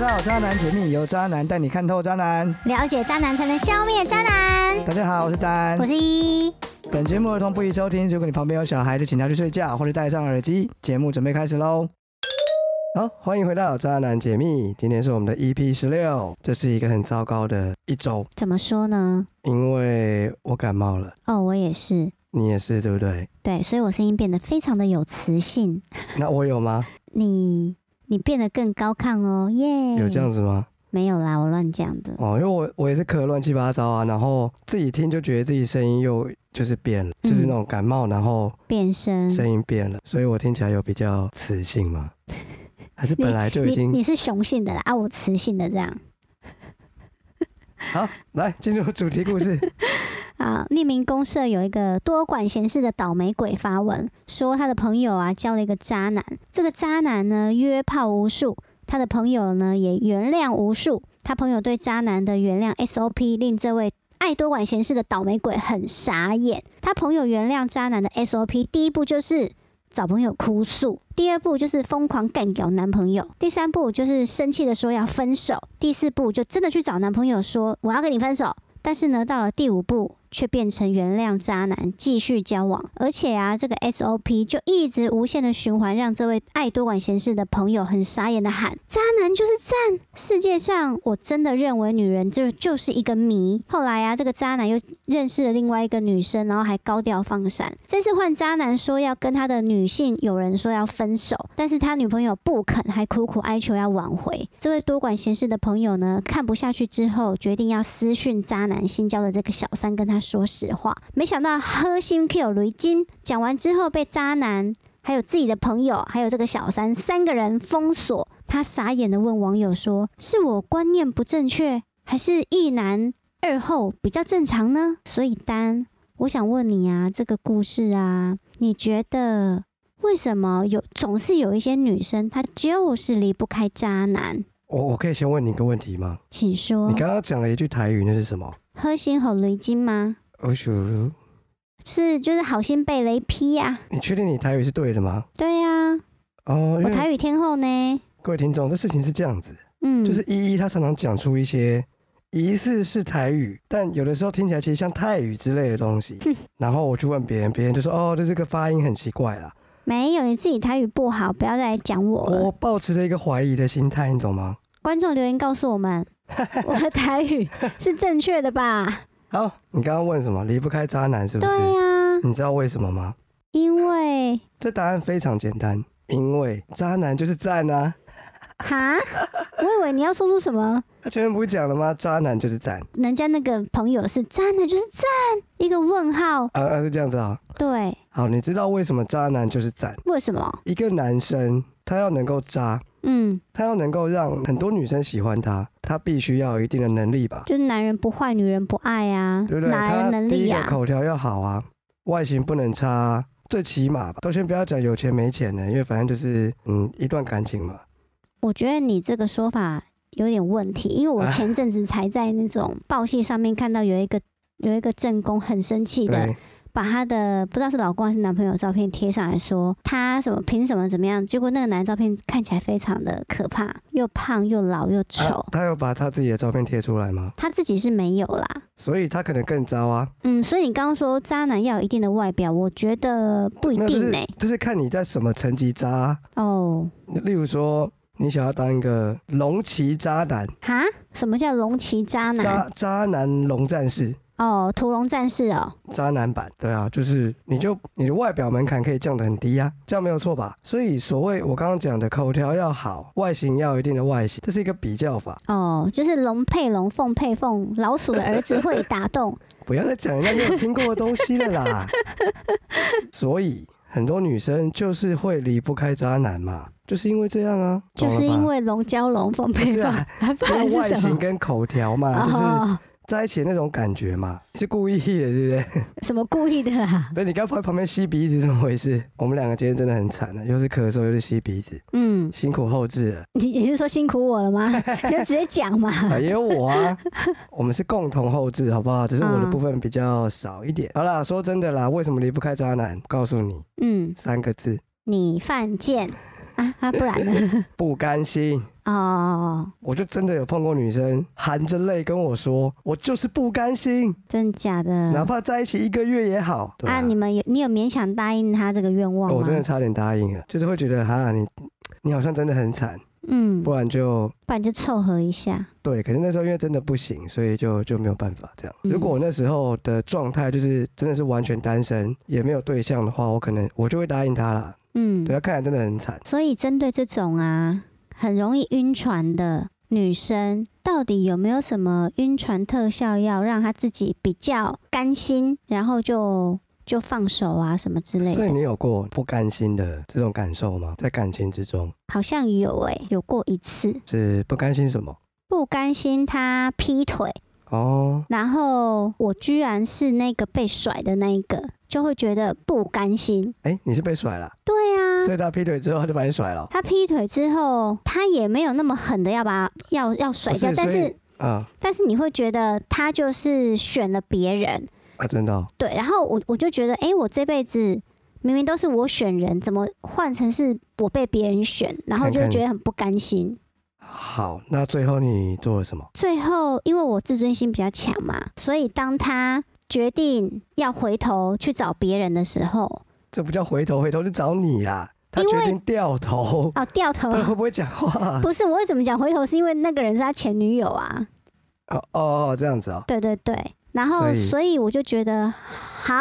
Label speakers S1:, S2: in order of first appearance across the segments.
S1: 到《渣男解密》，由渣男带你看透渣男。
S2: 了解渣男才能消灭渣男。
S1: 大家好，我是丹
S2: 我。是一，
S1: 本节目儿童不宜收听，如果你旁边有小孩，就请他去睡觉或者戴上耳机。节目准备开始喽。好，欢迎回到《渣男解密》，今天是我们的 EP 十六，这是一个很糟糕的一周，
S2: 怎么说呢？
S1: 因为我感冒了，
S2: 哦，我也是，
S1: 你也是对不对？
S2: 对，所以我声音变得非常的有磁性。
S1: 那我有吗？
S2: 你你变得更高亢哦，耶、
S1: 有这样子吗？
S2: 没有啦，我乱讲的。
S1: 哦，因为我我也是咳得乱七八糟啊，然后自己听就觉得自己声音又就是变了，
S2: 嗯
S1: 就是那种感冒，然后
S2: 变身，
S1: 声音变了，所以我听起来有比较磁性 吗？还是本来就已
S2: 你
S1: 经
S2: 你是雄性的啦，啊，我雌性的这样。
S1: 好？来进入主题故 事。
S2: 啊，匿名公社有一个多管闲事的倒霉鬼发文，说他的朋友啊交了一个渣男，这个渣男呢约炮无数，他的朋友呢也原谅无数，他朋友对渣男的原谅 SOP 令这位。爱多管闲事的倒霉鬼很傻眼，他朋友原谅渣男的 SOP，第一步就是找朋友哭诉，第二步就是疯狂干掉男朋友，第三步就是生气的说要分手，第四步就真的去找男朋友说我要跟你分手，但是呢，到了第五步却变成原谅渣男，继续交往，而且啊，这个 SOP 就一直无限的循环，让这位爱多管闲事的朋友很傻眼的喊：“渣男就是赞！”世界上，我真的认为女人就就是一个谜。后来啊，这个渣男又认识了另外一个女生，然后还高调放闪。这次换渣男说要跟他的女性友人说要分手，但是他女朋友不肯，还苦苦哀求要挽回。这位多管闲事的朋友呢，看不下去之后，决定要私讯渣男新交的这个小三，跟他说实话。没想到喝心 Q 雷金，讲完之后被渣男。还有自己的朋友，还有这个小三，三个人封锁。他傻眼的问网友说：“是我观念不正确，还是一男二后比较正常呢？”所以丹，我想问你啊，这个故事啊，你觉得为什么有总是有一些女生她就是离不开渣男？
S1: 我我可以先问你一个问题吗？
S2: 请说
S1: 你，刚刚讲了一句台语，那是什么？
S2: 喝心吼雷金吗？
S1: 哦咻！
S2: 是就是好心被雷劈呀、
S1: 你确定你台语是对的吗？
S2: 对呀、
S1: 哦，因
S2: 我
S1: 为
S2: 台语天后呢，
S1: 各位听众，这事情是这样子，
S2: 嗯，
S1: 就是依依她常常讲出一些疑似是台语，但有的时候听起来其实像泰语之类的东西。
S2: 嗯
S1: 然后我去问别人，别人就说哦，这这个发音很奇怪啦。
S2: 没有你自己台语不好，不要再来讲我了。
S1: 我抱持着一个怀疑的心态，你懂吗？
S2: 观众留言告诉 我们，我的台语是正确的吧？
S1: 好，你刚刚问什么？离不开渣男是不
S2: 对啊
S1: 是？
S2: 呀、
S1: 你知道为什么吗？
S2: 因为
S1: 这答案非常简单，因为渣男就是赞啊！
S2: 哈，我以为你要说出什么，
S1: 他前面不是讲了吗？渣男就是赞
S2: 人家那个朋友是真的，就是赞一个问号。
S1: 啊啊，是这样子啊。
S2: 对，
S1: 好，你知道为什么渣男就是赞？
S2: 为什么？
S1: 一个男生他要能够渣，
S2: 嗯，
S1: 他要能够让很多女生喜欢他，他必须要有一定的能力吧，
S2: 就是男人不坏，女人不爱啊，
S1: 对不对？
S2: 哪来
S1: 他
S2: 的能
S1: 第
S2: 力
S1: 一个
S2: 呀、啊？
S1: 口条要好啊，外形不能差、啊，最起码吧。都先不要讲有钱没钱的，因为反正就是嗯一段感情嘛。
S2: 我觉得你这个说法有点问题，因为我
S1: 啊
S2: 前阵子才在那种报系上面看到有一个有一个正宫很生气的
S1: 对，
S2: 把她的不知道是老公还是男朋友的照片贴上来说，她什么凭什么怎么样？结果那个男的照片看起来非常的可怕，又胖又老又丑
S1: 啊。他有把他自己的照片贴出来吗？
S2: 她自己是没有啦，
S1: 所以他可能更糟啊。
S2: 嗯，所以你刚刚说渣男要有一定的外表，我觉得不一
S1: 没有，就
S2: 定
S1: 是
S2: 呢、
S1: 就是看你在什么层级渣、啊。
S2: 哦，
S1: 例如说，你想要当一个龙骑渣男，
S2: 哈，什么叫龙骑渣男？
S1: 渣渣男龙战士，
S2: 哦，屠龙战士哦，
S1: 渣男版，对啊，就是你就你的外表门槛可以降得很低啊，这样没有错吧？所以所谓我刚刚讲的口条要好，外形要有一定的外形，这是一个比较法，
S2: 哦，就是龙配龙，凤配凤，老鼠的儿子会 打洞。
S1: 不要再讲人家没有听过的东西了啦。 所以很多女生就是会离不开渣男嘛，就是因为这样啊，
S2: 就
S1: 懂了
S2: 是
S1: 吧
S2: 因为龙交龙，凤配
S1: 不是
S2: 凤，
S1: 啊
S2: 不
S1: 因
S2: 然
S1: 为
S2: 是
S1: 外
S2: 什
S1: 形
S2: 么？
S1: 跟口条嘛，就是
S2: 哦，
S1: 在一起的那种感觉嘛，是故意的，对不 对？
S2: 什么故意的啊啦？
S1: 不是你刚跑旁边吸鼻子，怎么回事？我们两个今天真的很惨了，啊又是咳嗽又是吸鼻子，
S2: 嗯，
S1: 辛苦后置 了。
S2: 你你是说辛苦我了吗？ 你就直接讲嘛。
S1: 啊，也有我啊，我们是共同后置，好不好？只是我的
S2: 嗯
S1: 部分比较少一点。好啦，说真的啦，为什么离不开渣男？告诉你
S2: 嗯，
S1: 三个字：
S2: 你犯贱啊啊，不然呢？
S1: 不甘心。
S2: 哦，
S1: 我就真的有碰过女生含着泪跟我说，我就是不甘心，
S2: 真的假
S1: 哪
S2: 的？
S1: 怕在一起一个月也好。对
S2: 嗯啊，你们有你有勉强答应他这个愿望
S1: 哦
S2: 吗？
S1: 我真的差点答应了，就是会觉得哈，你你好像真的很惨，
S2: 嗯，
S1: 不然就
S2: 不然就凑合一下。
S1: 对。可是那时候因为真的不行，所以就就没有办法这样。
S2: 嗯
S1: 如果我那时候的状态就是真的是完全单身，也没有对象的话，我可能我就会答应他啦。
S2: 嗯，
S1: 对，他啊看起来真的很惨。
S2: 所以针对这种啊很容易晕船的女生，到底有没有什么晕船特效药，让她自己比较甘心，然后就就放手啊什么之类
S1: 所以
S2: 的？
S1: 你有过不甘心的这种感受吗？在感情之中
S2: 好像有诶、有过一次
S1: 是不甘心什么？
S2: 不甘心他劈腿，
S1: 哦，
S2: 然后我居然是那个被甩的那一个，就会觉得不甘心。
S1: 哎、你是被甩了，
S2: 对啊，
S1: 所以他劈腿之后他就把你甩了哦。
S2: 他劈腿之后，他也没有那么狠的要把要要甩掉，
S1: 不
S2: 但
S1: 哦所以
S2: 是
S1: 啊
S2: 但是你会觉得他就是选了别人，
S1: 啊，真的哦、
S2: 对，然后我我就觉得，诶，我这辈子明明都是我选人，怎么换成是我被别人选，然后就
S1: 看看
S2: 觉得很不甘心。
S1: 好，那最后你做了什么？
S2: 最后，因为我自尊心比较强嘛，所以当他决定要回头去找别人的时候，
S1: 这不叫回头，回头就找你啦。他
S2: 因为
S1: 决定掉头，
S2: 哦，掉头
S1: 他。会不会讲话？
S2: 不是我为什么讲回头，是因为那个人是他前女友啊。
S1: 哦哦哦，这样子哦，
S2: 对对对，然后
S1: 所
S2: 所
S1: 以
S2: 以我就觉得好，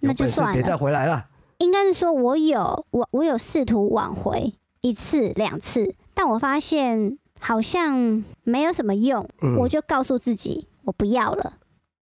S2: 那
S1: 有
S2: 就
S1: 本事
S2: 算
S1: 别再
S2: 了。
S1: 回来了。
S2: 应该是说我有我我有试图挽回一次两次，但我发现好像没有什么用，
S1: 嗯
S2: 我就告诉自己我不要了，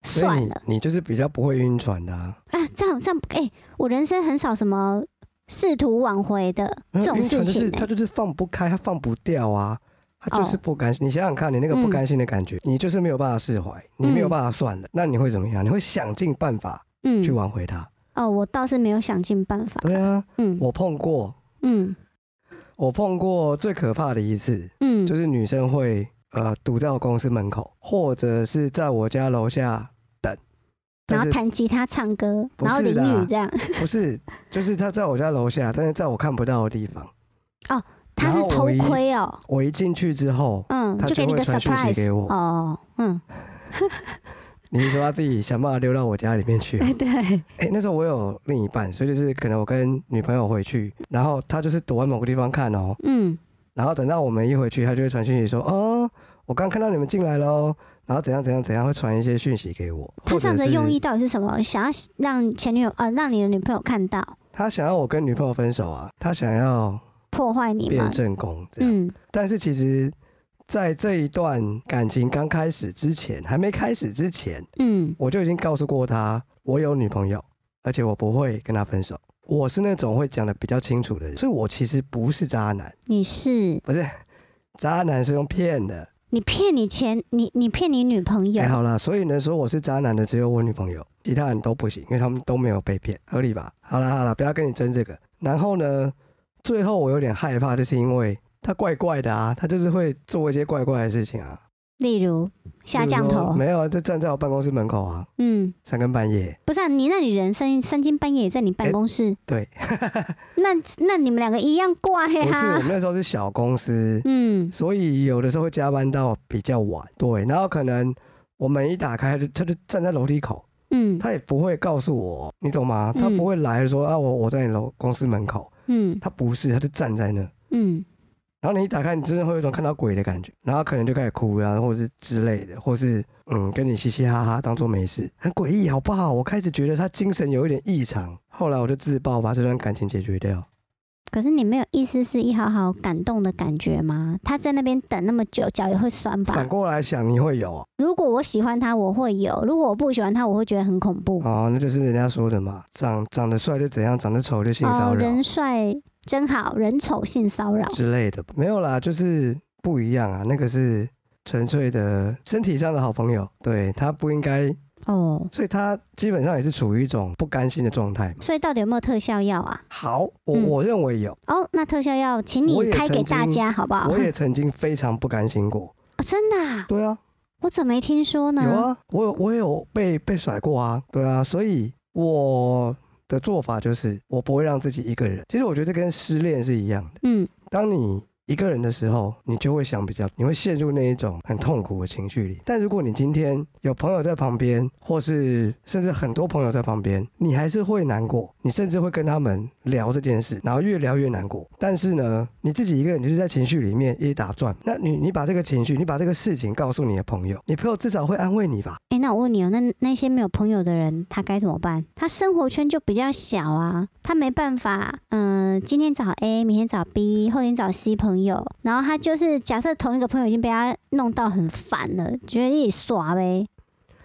S1: 所以
S2: 算
S1: 你
S2: 了
S1: 你就是比较不会晕船的、啊，
S2: 啊，这样这样，哎、我人生很少什么试图挽回的
S1: 没
S2: 这
S1: 有
S2: 种
S1: 晕船就
S2: 事
S1: 是
S2: 情、
S1: 嗯他
S2: 欸。
S1: 就是放不开，他放不掉啊，他就是
S2: 哦
S1: 不甘心。你想想看，你那个不
S2: 嗯
S1: 甘心的感觉，你就是没有办法释怀，你没有
S2: 嗯
S1: 办法算了，那你会怎么样？你会想尽办法
S2: 嗯
S1: 去，挽回他。
S2: 哦，我倒是没有想尽办法。
S1: 对啊，
S2: 嗯
S1: 我碰过，
S2: 嗯
S1: 我碰过最可怕的一次，
S2: 嗯，
S1: 就是女生会呃堵在我公司门口，或者是在我家楼下等，
S2: 然
S1: 但
S2: 后
S1: 是
S2: 弹吉他、唱歌，
S1: 不
S2: 然后
S1: 是
S2: 淋
S1: 啦
S2: 雨这样。
S1: 不是，就是她在我家楼下，但是在我看不到的地方。
S2: 他
S1: 然
S2: 是
S1: 后
S2: 偷
S1: 我一
S2: 窥哦、
S1: 我一进去之后，
S2: 嗯，
S1: 他就
S2: 就给你
S1: 会
S2: 个
S1: 传讯息
S2: surprise
S1: 给我
S2: 哦，嗯，？
S1: 你是说她自己想办法溜到我家里面去、啊
S2: 对，
S1: 哎、那时候我有另一半，所以就是可能我跟女朋友回去，然后她就是躲在某个地方看哦，
S2: 嗯，
S1: 然后等到我们一回去，她就会传讯息说，哦，我刚看到你们进来喽。然后怎样怎样怎样会传一些讯息给我，
S2: 他这
S1: 或
S2: 样
S1: 者
S2: 的
S1: 是
S2: 用意到底是什么？想要让前女友呃，让你的女朋友看到
S1: 他想要我跟女朋友分手啊，他想要
S2: 破坏你
S1: 变
S2: 吗？
S1: 正宫这样。
S2: 嗯
S1: 但是其实，在这一段感情刚开始之前，还没开始之前，
S2: 嗯，
S1: 我就已经告诉过他，我有女朋友，而且我不会跟他分手。我是那种会讲的比较清楚的人，所以我其实不是渣男，
S2: 你是
S1: 不是渣男是用骗的。
S2: 你骗你前你你骗你女朋友
S1: 哎，，好啦，所以呢，说我是渣男的只有我女朋友，其他人都不行，因为他们都没有被骗，合理吧？好啦好啦，不要跟你争这个。然后呢，最后我有点害怕，就是因为他怪怪的啊，他就是会做一些怪怪的事情啊，
S2: 例如下降
S1: 比如说
S2: 头，
S1: 没有啊，就站在我办公室门口啊，
S2: 嗯，
S1: 三更半夜。
S2: 不是啊，你那你人三三更半夜也在你办公室，
S1: 哎对，
S2: 那那你们两个一样挂嘿
S1: 不是我
S2: 哈
S1: 们，那时候是小公司，
S2: 嗯
S1: 所以有的时候会加班到比较晚。对，然后可能我门一打开，他就他就站在楼梯口，
S2: 嗯
S1: 他也不会告诉我，你懂吗？
S2: 嗯
S1: 他不会来说啊，我我在你楼公司门口。
S2: 嗯
S1: 他不是，他就站在那。
S2: 嗯
S1: 然后你一打开，你真的会有一种看到鬼的感觉，然后可能就开始哭啊，或者是之类的，或是嗯跟你嘻嘻哈哈，当做没事，很诡异，好不好？我开始觉得他精神有一点异常，后来我就自爆，把这段感情解决掉。
S2: 可是你没有一丝丝一毫毫感动的感觉吗？他在那边等那么久，脚也会酸吧
S1: 反？过来想，你会有哦
S2: 如果我喜欢他，我会有；如果我不喜欢他，我会觉得很恐怖。
S1: 哦，那就是人家说的嘛，长长得帅就怎样，长得丑就性骚扰
S2: 哦，人帅真好，人丑性骚扰。
S1: 之类的，没有啦，就是不一样啊，那个是纯粹的身体上的好朋友，对他不应该，
S2: 哦，
S1: 所以他基本上也是处于一种不甘心的状态嘛。
S2: 所以到底有没有特效药啊？
S1: 好，我、
S2: 嗯
S1: 我认为有，
S2: 哦，那特效药，请
S1: 我
S2: 你
S1: 也
S2: 开给
S1: 曾经
S2: 大家好不好？
S1: 我也曾经非常不甘心 过。
S2: 哦真的啊、
S1: 对啊，
S2: 我怎么没听说呢？
S1: 有啊，我有我也有被被甩过啊。对啊，所以我的做法就是，我不会让自己一个人。其实我觉得这跟失恋是一样的。
S2: 嗯
S1: 当你一个人的时候，你就会想比较，你会陷入那一种很痛苦的情绪里。但如果你今天有朋友在旁边，或是甚至很多朋友在旁边，你还是会难过，你甚至会跟他们聊这件事，然后越聊越难过。但是呢，你自己一个人就是在情绪里面一直打转，那你你把这个情绪，你把这个事情告诉你的朋友，你朋友至少会安慰你吧？
S2: 哎，那我问你哦，那那些没有朋友的人，他该怎么办？他生活圈就比较小啊，他没办法，嗯、今天找 A，明天找 B，后天找 C 朋友，然后他就是假设同一个朋友已经被他弄到很烦了，觉得你耍呗，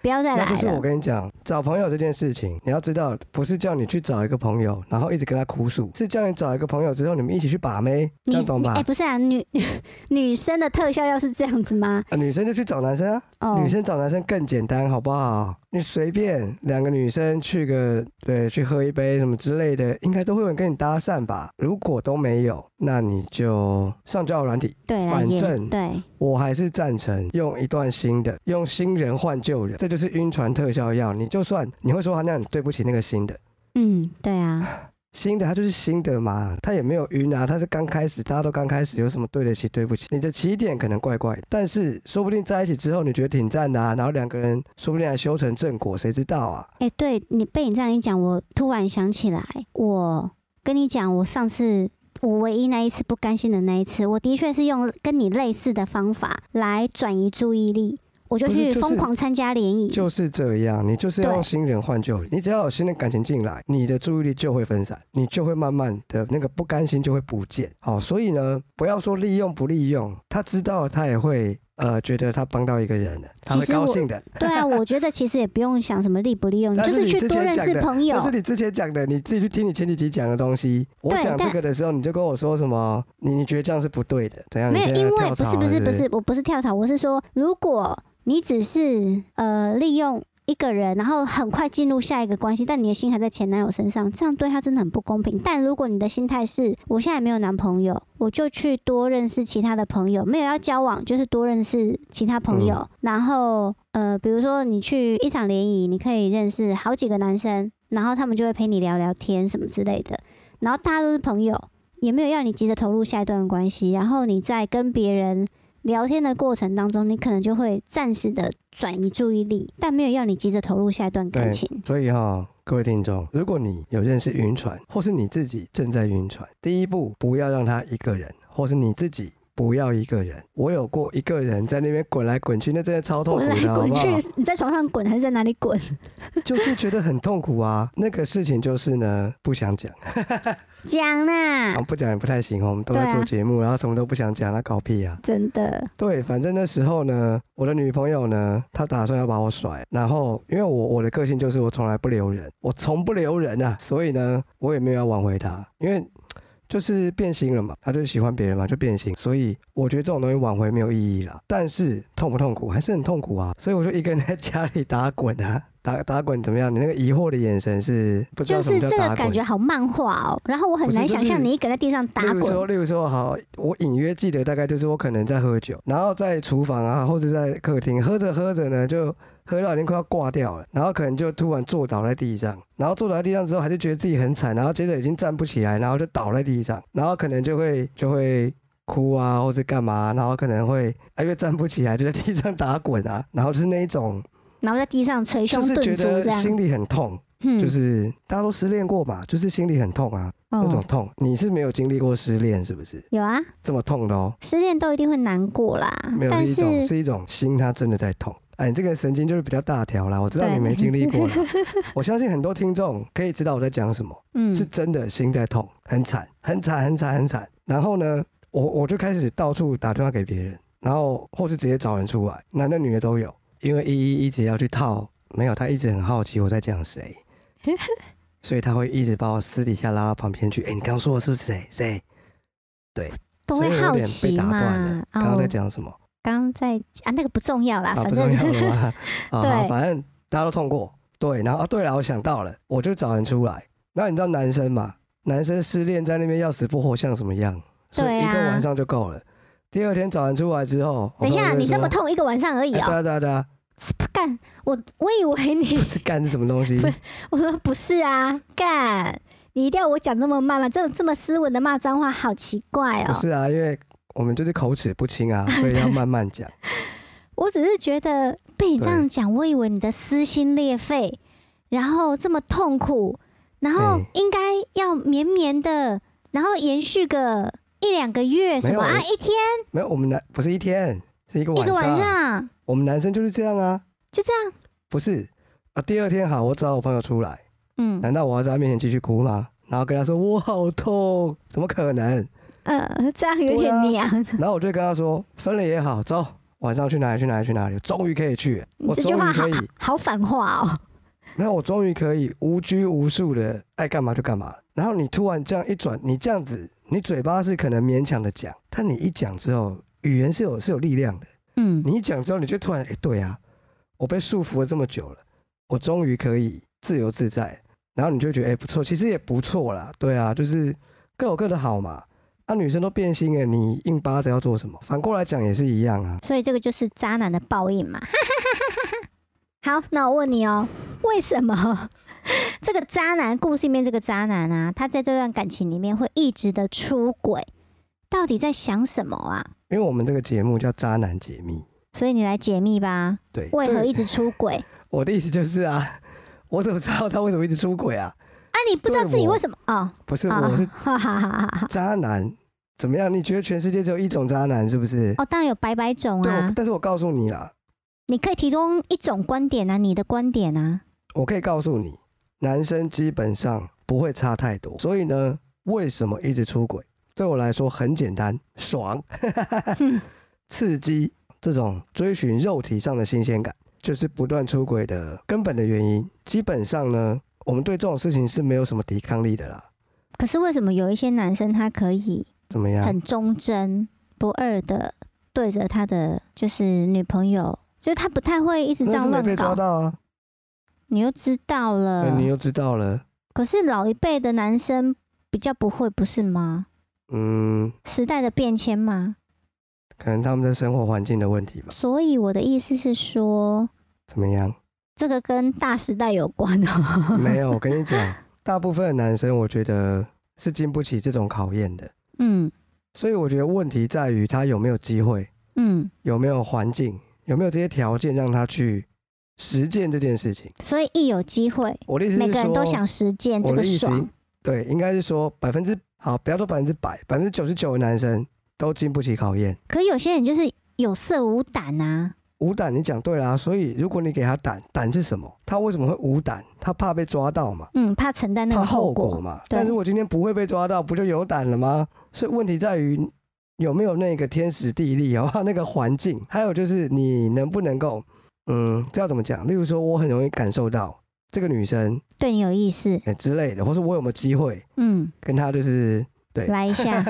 S2: 不要再来
S1: 那就是我
S2: 了。
S1: 跟你讲，找朋友这件事情，你要知道，不是叫你去找一个朋友，然后一直跟他哭诉，是叫你找一个朋友之后，你们一起去把妹，这
S2: 你
S1: 样懂
S2: 你
S1: 吧？
S2: 哎，不是啊，女 女生的特效要是这样子吗？
S1: 啊女生就去找男生啊，
S2: 哦
S1: 女，生找男生更简单，好不好？你随便两个女生去个对去喝一杯什么之类的，应该都会有人跟你搭讪吧？如果都没有，那你就上交友软体。
S2: 对啦，
S1: 反
S2: 也
S1: 正
S2: 对，
S1: 我还是赞成用一段新的，用新人换旧人，这就是晕船特效药。你就算你会说啊他那样对不起那个新的，
S2: 嗯，对啊，
S1: 新的它就是新的嘛，它也没有晕啊，它是刚开始，大家都刚开始，有什么对得起对不起？你的起点可能怪怪的，但是说不定在一起之后你觉得挺赞的啊，然后两个人说不定还修成正果，谁知道啊？
S2: 哎，对你被你这样一讲，我突然想起来，我跟你讲，我上次我唯一那一次不甘心的那一次，我的确是用跟你类似的方法来转移注意力，我就
S1: 不是
S2: 去
S1: 就是
S2: 疯狂参加联谊。
S1: 就是这样，你就是要
S2: 嗯对
S1: 用新人换旧人，你只要有新的感情进来，你的注意力就会分散，你就会慢慢的那个不甘心就会不见。好，所以呢，不要说利用不利用，他知道了他也会呃觉得他帮到一个人了，他会
S2: 其实我
S1: 高兴的。
S2: 对啊，我觉得其实也不用想什么利 不利用，你
S1: 但
S2: 就是
S1: 你
S2: 去
S1: 之
S2: 多
S1: 前
S2: 认
S1: 讲
S2: 识
S1: 的
S2: 朋友
S1: 那。是你之前讲的，你自己去听你前几集讲的东西。我
S2: 对
S1: 讲这
S2: 但
S1: 个的时候，你就跟我说什么？你你觉得这样是不对的？怎样？
S2: 没
S1: 你
S2: 有，
S1: 现在
S2: 因为
S1: 跳
S2: 不
S1: 槽
S2: 是不
S1: 了
S2: 是
S1: 是
S2: 不是，我不是跳槽，我是说，如果你只是呃利用一个人，然后很快进入下一个关系，但你的心还在前男友身上，这样对他真的很不公平。但如果你的心态是我现在没有男朋友，我就去多认识其他的朋友，没有要交往，就是多认识其他朋友，嗯然后呃，比如说你去一场联谊，你可以认识好几个男生，然后他们就会陪你聊聊天什么之类的，然后大家都是朋友，也没有要你急着投入下一段关系，然后你在跟别人聊天的过程当中，你可能就会暂时的转移注意力，但没有要你急着投入下一段感情。
S1: 所以哈、各位听众，如果你有认识晕船，或是你自己正在晕船，第一步不要让他一个人，或是你自己。不要一个人，我有过一个人在那边滚来滚去，那真的超痛苦
S2: 滚
S1: 的，
S2: 来
S1: 好
S2: 滚
S1: 不好？
S2: 去，你在床上滚还是在哪里滚？
S1: 就是觉得很痛苦啊。那个事情就是呢，不想讲。
S2: 讲啦、
S1: 啊，不讲也不太行哦，我们都在
S2: 嗯对啊
S1: 做节目，然后什么都不想讲，那搞屁啊！
S2: 真的，
S1: 对，反正那时候呢，我的女朋友呢，她打算要把我甩，然后因为我我的个性就是我从来不留人，我从不留人啊，所以呢，我也没有要挽回她，因为就是变心了嘛，她就是喜欢别人嘛，就变心，所以我觉得这种东西挽回没有意义啦。但是痛不痛苦，还是很痛苦啊，所以我就一个人在家里打滚啊，打打滚怎么样？你那个疑惑的眼神是不知道
S2: 就
S1: 什么
S2: 是
S1: 叫
S2: 这
S1: 打
S2: 个
S1: 滚，
S2: 感觉好漫画哦。然后我很
S1: 不是
S2: 难
S1: 就
S2: 想
S1: 是
S2: 象你一个人在地上打
S1: 例如说，
S2: 滚。
S1: 例如说，好，我隐约记得大概就是我可能在喝酒，然后在厨房啊，或者在客厅喝着喝着呢，就喝到已经快要挂掉了，然后可能就突然坐倒在地上，然后坐倒在地上之后，还是觉得自己很惨，然后接着已经站不起来，然后就倒在地上，然后可能就会就会。哭啊，或者干嘛、然后可能会、啊、因为站不起来，就在地上打滚啊，然后就是那一种，
S2: 然后在地上捶胸
S1: 啊 就是
S2: 顿
S1: 觉
S2: 足这
S1: 得
S2: 样，
S1: 心里很痛，
S2: 嗯
S1: 就是大家都失恋过嘛，就是心里很痛啊，那种
S2: 哦，
S1: 痛。你是没有经历过失恋是不是？
S2: 有啊，
S1: 这么痛的哦，
S2: 失恋都一定会难过啦
S1: 没。有
S2: 嗯但
S1: 是一种
S2: 是
S1: 是一种心，它真的在痛。哎，你这个神经就是比较大条啦，我知道
S2: 对
S1: 你没经历 过啦，我相信很多听众可以知道我在讲什么，
S2: 嗯，
S1: 是真的心在痛，很惨，很惨，很惨，很惨。然后呢，我我就开始到处打电话给别人，然后或是直接找人出来，男的女的都有，因为依依一直要去套，没有，他一直很好奇我在讲谁， 所以他会一直把我私底下拉到旁边去，哎，你刚刚说我是不是谁谁？
S2: 都
S1: 所以
S2: 会
S1: 我有
S2: 好
S1: 点被
S2: 奇
S1: 打断了
S2: 嘛。
S1: 刚刚在
S2: 哦
S1: 讲什么？
S2: 刚刚在啊，那个不重要啦，
S1: 啊，
S2: 反
S1: 不重
S2: 正
S1: 要 了吗？啊，
S2: 对
S1: 好反正大家都痛过。对，然后啊，对了，我想到了，我就找人出来。那你知道男生嘛？男生失恋在那边要死不活，像什么样？所以
S2: 对
S1: 一
S2: 啊
S1: 个晚上就够了。第二天找人出来之后，
S2: 等一下，你这么
S1: 痛，
S2: 痛一个晚上而已
S1: 哎对
S2: 哦、
S1: 啊对啊对啊，
S2: 干，我我以为你
S1: 不，是干是什么东西？
S2: 不我说不是啊，干，你一定要我讲这么慢吗？这种这么斯文的骂脏话，好奇怪哦、
S1: 不是啊，因为我们就是口齿不清 啊，所以要慢慢讲。
S2: 我只是觉得被你这样讲，我以为你的撕心裂肺，然后这么痛苦，然后
S1: 哎
S2: 应该要绵绵的，然后延续个一两个月什么
S1: 没有
S2: 啊，一天
S1: 没有，我们男不是一天，是一个
S2: 一
S1: 晚
S2: 个
S1: 上。
S2: 晚上
S1: 我们男生就是这样啊，
S2: 就这样，
S1: 不是啊。第二天好，我找我朋友出来，
S2: 嗯
S1: 难道我要在他面前继续哭吗？然后跟他说我好痛，怎么可能？
S2: 呃，这样有
S1: 对啊
S2: 点娘，
S1: 然后我就跟他说分了也好，走，晚上去哪里去哪里去哪里，终于可以去，
S2: 你
S1: 我
S2: 嗯这
S1: 终
S2: 句话
S1: 于
S2: 好
S1: 可以，
S2: 好反话哦，
S1: 没有，我终于可以无拘无束的爱干嘛就干嘛了。然后你突然这样一转，你这样子，你嘴巴是可能勉强的讲，但你一讲之后，语言是有是有力量的。
S2: 嗯，
S1: 你一讲之后，你就突然，哎、对啊，我被束缚了这么久了，我终于可以自由自在。然后你就觉得，哎、不错，其实也不错啦，对啊，就是各有各的好嘛。那、女生都变心了，你硬扒着要做什么？反过来讲也是一样啊。
S2: 所以这个就是渣男的报应嘛。 好，那我问你哦，为什么 这个渣男故事里面这个渣男啊，他在这段感情里面会一直的出轨，到底在想什么啊？
S1: 因为我们这个节目叫《渣男解密》，
S2: 所以你来解密吧，
S1: 对，
S2: 为何
S1: 对
S2: 一直出轨？
S1: 我的意思就是啊， 我怎么知道他为什么一直出轨啊？
S2: 啊，你不知道
S1: 对
S2: 自己
S1: 我
S2: 为什么哦？
S1: 不是，
S2: 啊
S1: 我是
S2: 哈哈哈哈哈！
S1: 渣男，怎么样？你觉得全世界只有一种渣男是不是？
S2: 哦，当然有百百种
S1: 对，我
S2: 啊，
S1: 但是我告诉你啦，
S2: 你可以提供一种观点啊，你的观点啊，
S1: 我可以告诉你，男生基本上不会差太多。所以呢，为什么一直出轨？对我来说很简单，爽，刺激，这种追寻肉体上的新鲜感，就是不断出轨的根本的原因。基本上呢，我们对这种事情是没有什么抵抗力的啦。
S2: 可是为什么有一些男生他可以
S1: 怎么样？
S2: 很忠贞不二的对着他的就是女朋友，就是他不太会一直这
S1: 那
S2: 样
S1: 是没
S2: 乱
S1: 被抓
S2: 搞，
S1: 到啊，
S2: 你又知道了。
S1: 呃你又知道了。
S2: 可是老一辈的男生比较不会，不是吗？
S1: 嗯，
S2: 时代的变迁嘛，
S1: 可能他们的生活环境的问题吧。
S2: 所以我的意思是说，
S1: 怎么样？
S2: 这个跟大时代有关哦。
S1: 没有，我跟你讲，大部分的男生我觉得是经不起这种考验的。
S2: 嗯
S1: 所以我觉得问题在于他有没有机会，
S2: 嗯，
S1: 有没有环境，有没有这些条件让他去实践这件事情。
S2: 所以一有机会，
S1: 我的意思
S2: 每
S1: 是
S2: 个人
S1: 说，
S2: 都想实践这
S1: 我
S2: 个
S1: 的意思
S2: 爽。
S1: 对，应该是说百分之好，不要说百分之百，百分之九十九的男生都经不起考验。
S2: 可有些人就是有色无胆啊，
S1: 无胆，你讲对啦、所以如果你给他胆，胆是什么？他为什么会无胆？他怕被抓到嘛。
S2: 嗯，怕承担那
S1: 怕
S2: 个
S1: 后
S2: 后
S1: 果
S2: 果。
S1: 嘛。
S2: 对
S1: 但如果今天不会被抓到，不就有胆了吗？所以问题在于有没有那个天时地利，然后 那个环境，还有就是你能不能够，嗯，这要怎么讲？例如说，我很容易感受到这个女生、
S2: 对你有意思，
S1: 欸、之类的，或是我有没有机会
S2: 嗯，
S1: 跟她 就是对
S2: 来一下，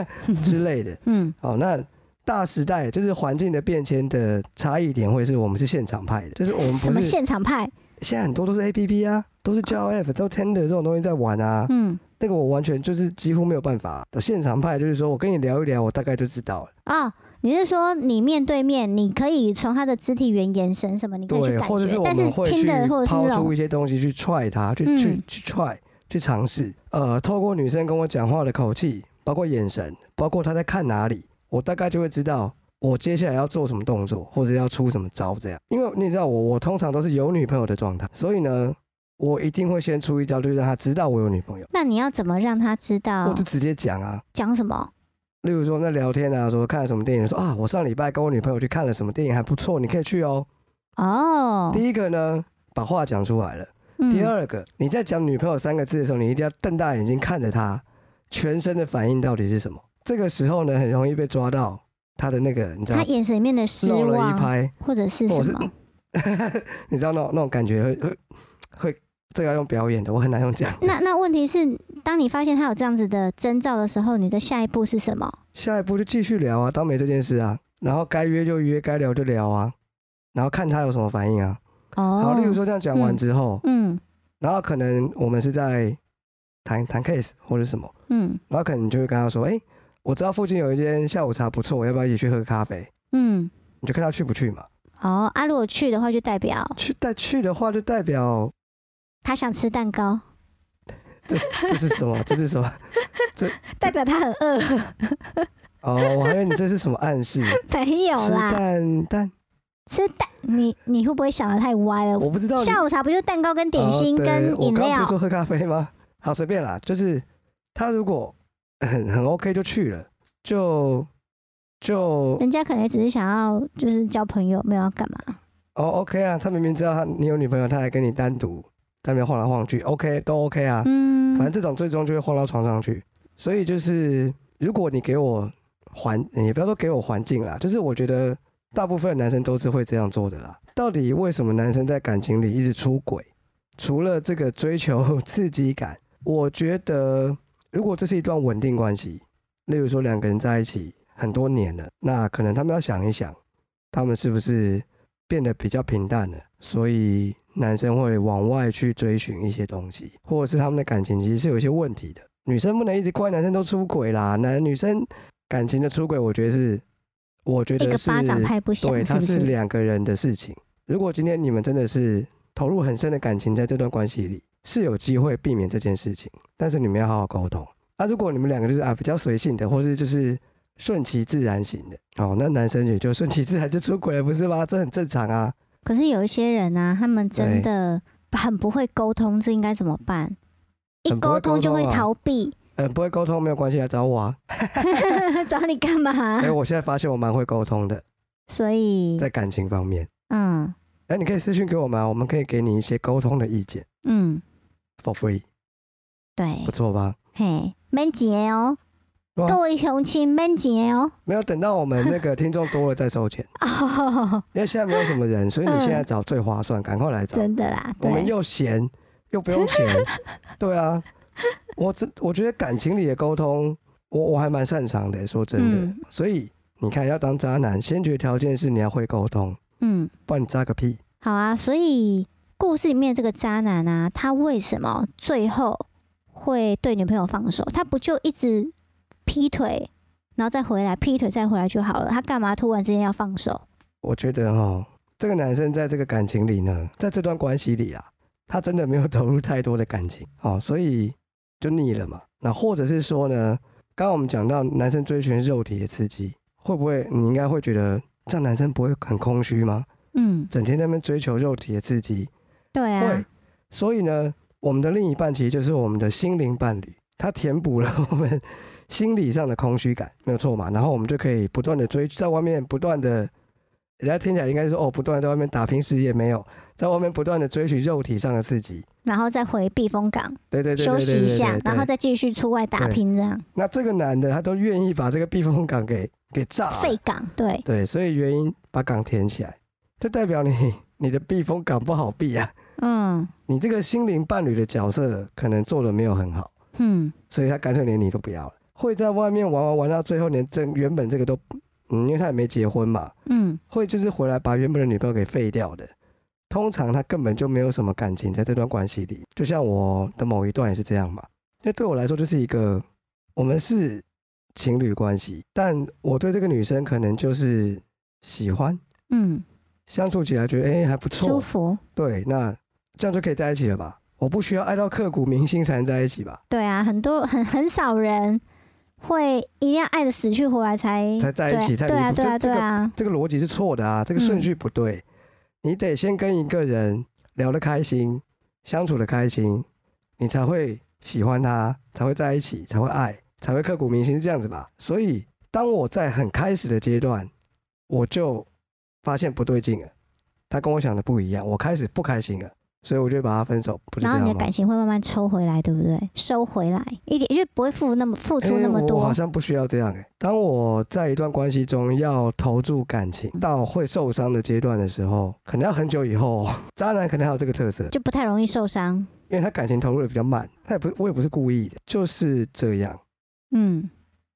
S1: 之类的。
S2: 嗯，
S1: 哦，那。大时代就是环境的变迁的差异点，会是我们是现场派的，就是我们
S2: 什
S1: 不
S2: 么
S1: 是
S2: 现场派？
S1: 现在很多都是 A P P 啊，都是交友 App，都 Tender 这种东西在玩啊。
S2: 嗯，
S1: 那个我完全就是几乎没有办法。现场派就是说我跟你聊一聊，我大概就知道了，
S2: 哦，你是说你面对面，你可以从他的肢体语言、眼神什么，你可以去
S1: 对，
S2: 感
S1: 或者是
S2: 觉，
S1: 我
S2: 但是
S1: 们会
S2: 听
S1: 去
S2: 的或者是
S1: 抛
S2: 那
S1: 出
S2: 种，
S1: 一些东西去踹他，去、去
S2: 嗯
S1: 去踹，去尝试。呃，透过女生跟我讲话的口气，包括眼神，包括她在看哪里，我大概就会知道。我接下来要做什么动作，或者要出什么招，这样，因为你知道我，我通常都是有女朋友的状态，所以呢，我一定会先出一招，就是让他知道我有女朋友，
S2: 那你要怎么让他知
S1: 我
S2: 道
S1: 就直接讲啊，
S2: 讲什么？
S1: 例如说在聊天啊，说看了什么电影，说啊，我上礼拜跟我女朋友去看了什么电影，还不错，你可以去哦。
S2: 哦，
S1: 第一个呢，把话讲出来了；第
S2: 嗯，
S1: 二个，你在讲女朋友三个字的时候，你一定要瞪大眼睛看着她，全身的反应到底是什么。这个时候呢，很容易被抓到她的那个，你知道
S2: 他，眼神里面的失
S1: 漏了一
S2: 望，
S1: 拍，哦
S2: 或者是
S1: 或
S2: 什
S1: 者
S2: 么？
S1: 你知道那种那种感觉会会会，这个要用表演的，我很难用 讲。
S2: 那那问题是，当你发现他有这样子的征兆的时候，你的下一步是什么？
S1: 下一步就继续聊啊，当没这件事啊，然后该约就约，该聊就聊啊，然后看她有什么反应啊。
S2: 哦，
S1: 好，例如，说这样讲完
S2: 嗯
S1: 之后。
S2: 嗯
S1: 然后可能我们是在谈谈 case 或者什么，
S2: 嗯
S1: 然后可能你就会跟他说，哎、我知道附近有一间下午茶不错，要不要一起去喝咖啡？
S2: 嗯，
S1: 你就看他去不去嘛。
S2: 哦，啊，如果去的话，就代表
S1: 去带去的话，就代表
S2: 他想吃蛋糕，
S1: 这是什么？这是什么？
S2: 代表他很饿。
S1: 啊、哦，我还以为你这是什么暗示？
S2: 没有
S1: 吃
S2: 啦，
S1: 蛋蛋，
S2: 吃蛋，你你会不会想的太歪了？
S1: 我不知道你。
S2: 下午茶不就蛋糕跟呃点
S1: 哦
S2: 心
S1: 对
S2: 跟
S1: 我
S2: 饮
S1: 刚刚
S2: 料
S1: 不是？说喝咖啡吗？好，随便啦，就是他如果很很 OK 就去了，就就
S2: 人家可能只是想要就是交朋友，没有要干嘛。
S1: 哦 OK 啊，他明明知道他你有女朋友，他还跟你单独在那边晃来晃去，OK 都 OK 啊，
S2: 嗯
S1: 反，正这种最终就会晃到床上去。所以就是，如果你给我环，也不要说给我环境啦，就是我觉得大部分男生都是会这样做的啦。到底为什么男生在感情里一直出轨？除了这个追求 刺激感，我觉得如果这是一段稳定关系，例如说两个人在一起很多年了，那可能他们要想一想，他们是不是变得比较平淡了，所以男生会往外去追寻一些东西，或者是他们的感情其实是有一些问题的。女生不能一直怪男生都出轨啦，男女生感情的出轨，我觉得是，我觉
S2: 一个
S1: 得是
S2: 巴掌拍不响
S1: 对，，
S2: 是
S1: 它
S2: 不
S1: 是
S2: 是？
S1: 两个人的事情。如果今天你们真的是投入很深的感情在这段关系里，是有机会避免这件事情，但是你们要好好沟通。啊，如果你们两个就是啊比较随性的，或是就是顺其自然型的，哦，那男生也就顺其自然就出轨了，不是吗？这很正常啊。
S2: 可是有一些人啊，他们真
S1: 对
S2: 的很不会沟通，这应该怎么办？一
S1: 很不会
S2: 沟通就会
S1: 沟通啊
S2: 逃 避，
S1: 嗯，不会沟通没有关系，来找我啊。
S2: 找你干嘛
S1: 哎、？我现在发现我蛮会沟通的，
S2: 所以，
S1: 在感情方面。
S2: 嗯
S1: 哎、你可以私信给我们啊，我们可以给你一些沟通的意见
S2: 嗯，
S1: ，for free，
S2: 对
S1: 不，错吧？
S2: 嘿，免钱哦，
S1: 对啊
S2: 各位乡亲免钱哦。
S1: 没有等到我们那个听众多了再收钱。
S2: 哦，
S1: 因为现在没有什么人，所以你现在找最划算，赶快来找。
S2: 真的啦，
S1: 我们
S2: 对，
S1: 又闲又不用钱， 对啊。我真我觉得感情里的沟通，我我还蛮擅长的，说真的。
S2: 嗯
S1: 所以你看，要当渣男，先决条件是你要会沟通，
S2: 嗯，
S1: 不然你渣个屁。
S2: 好啊。所以故事里面这个渣男啊，他为什么最后会对女朋友放手？他不就一直劈腿，然后再回来劈腿再回来就好了？他干嘛突然之间要放手？
S1: 我觉得哈，这个男生在这个感情里呢，在这段关系里啦，他真的没有投入太多的感情哦，所以就腻了嘛。那或者是说呢，刚刚我们讲到男生追寻肉体的刺激，会不会你应该会觉得这样男生不会很空虚吗？
S2: 嗯，
S1: 整天在那边追求肉体的刺激，
S2: 对啊
S1: 会，。所以呢，我们的另一半其实就是我们的心灵伴侣，他填补了我们心理上的空虚感，没有错嘛。然后我们就可以不断的追，在外面不断的，人家听起来应该是说哦，不断的在外面打拼事业，没有在外面不断的追寻肉体上的刺激。
S2: 然后再回避风港
S1: 对对对对
S2: 休
S1: 对对
S2: 息一
S1: 对
S2: 下
S1: 对，
S2: 然后再继续出外打
S1: 对
S2: 拼，这样
S1: 那这个男的他都愿意把这个避风港给给炸了
S2: 废港，对，
S1: 对，所以原因把港填起来，就代表你 你的避风港不好避啊。
S2: 嗯
S1: 你这个心灵伴侣的角色可能做的没有很好，
S2: 嗯，
S1: 所以他干脆连你都不要了，会在外面玩玩玩到最后连真原本这个都，嗯，因为他也没结婚嘛，
S2: 嗯，
S1: 会就是回来把原本的女朋友给废掉的。通常他根本就没有什么感情在这段关系里，就像我的某一段也是这样嘛。那对我来说就是一个，我们是情侣关系，但我对这个女生可能就是喜欢，
S2: 嗯，
S1: 相处起来觉得哎、诶还不错，
S2: 舒服，
S1: 对，那这样就可以在一起了吧？我不需要爱到刻骨铭心才能在一起吧？
S2: 对啊，很多很很少人会一定要爱的死去活来才
S1: 才在一起，太
S2: 对
S1: 离
S2: 啊
S1: 谱！
S2: 对啊
S1: 这这
S2: 对
S1: 个
S2: 啊，
S1: 这个逻辑是错的啊，这个
S2: 嗯
S1: 顺序不对。你得先跟一个人聊得开心，相处的开心，你才会喜欢他，才会在一起，才会爱，才会刻骨铭心这样子吧。所以，当我在很开始的阶段，我就发现不对劲了，他跟我想的不一样，我开始不开心了，所以我就把他分手，不是这
S2: 然后
S1: 样
S2: 你
S1: 吗？
S2: 的感情会慢慢抽回来，对不对？收回来一点，就不会付那么付出
S1: 因为
S2: 那么
S1: 哎我
S2: 多
S1: 好，像不需要这样、欸。当我在一段关系中要投注感情到会受伤的阶段的时候，可能要很久以后、 哦。渣男可能还有这个特色，
S2: 就不太容易受伤。
S1: 因为他感情投入的比较慢，他也不我也不是故意的，就是这样。
S2: 嗯，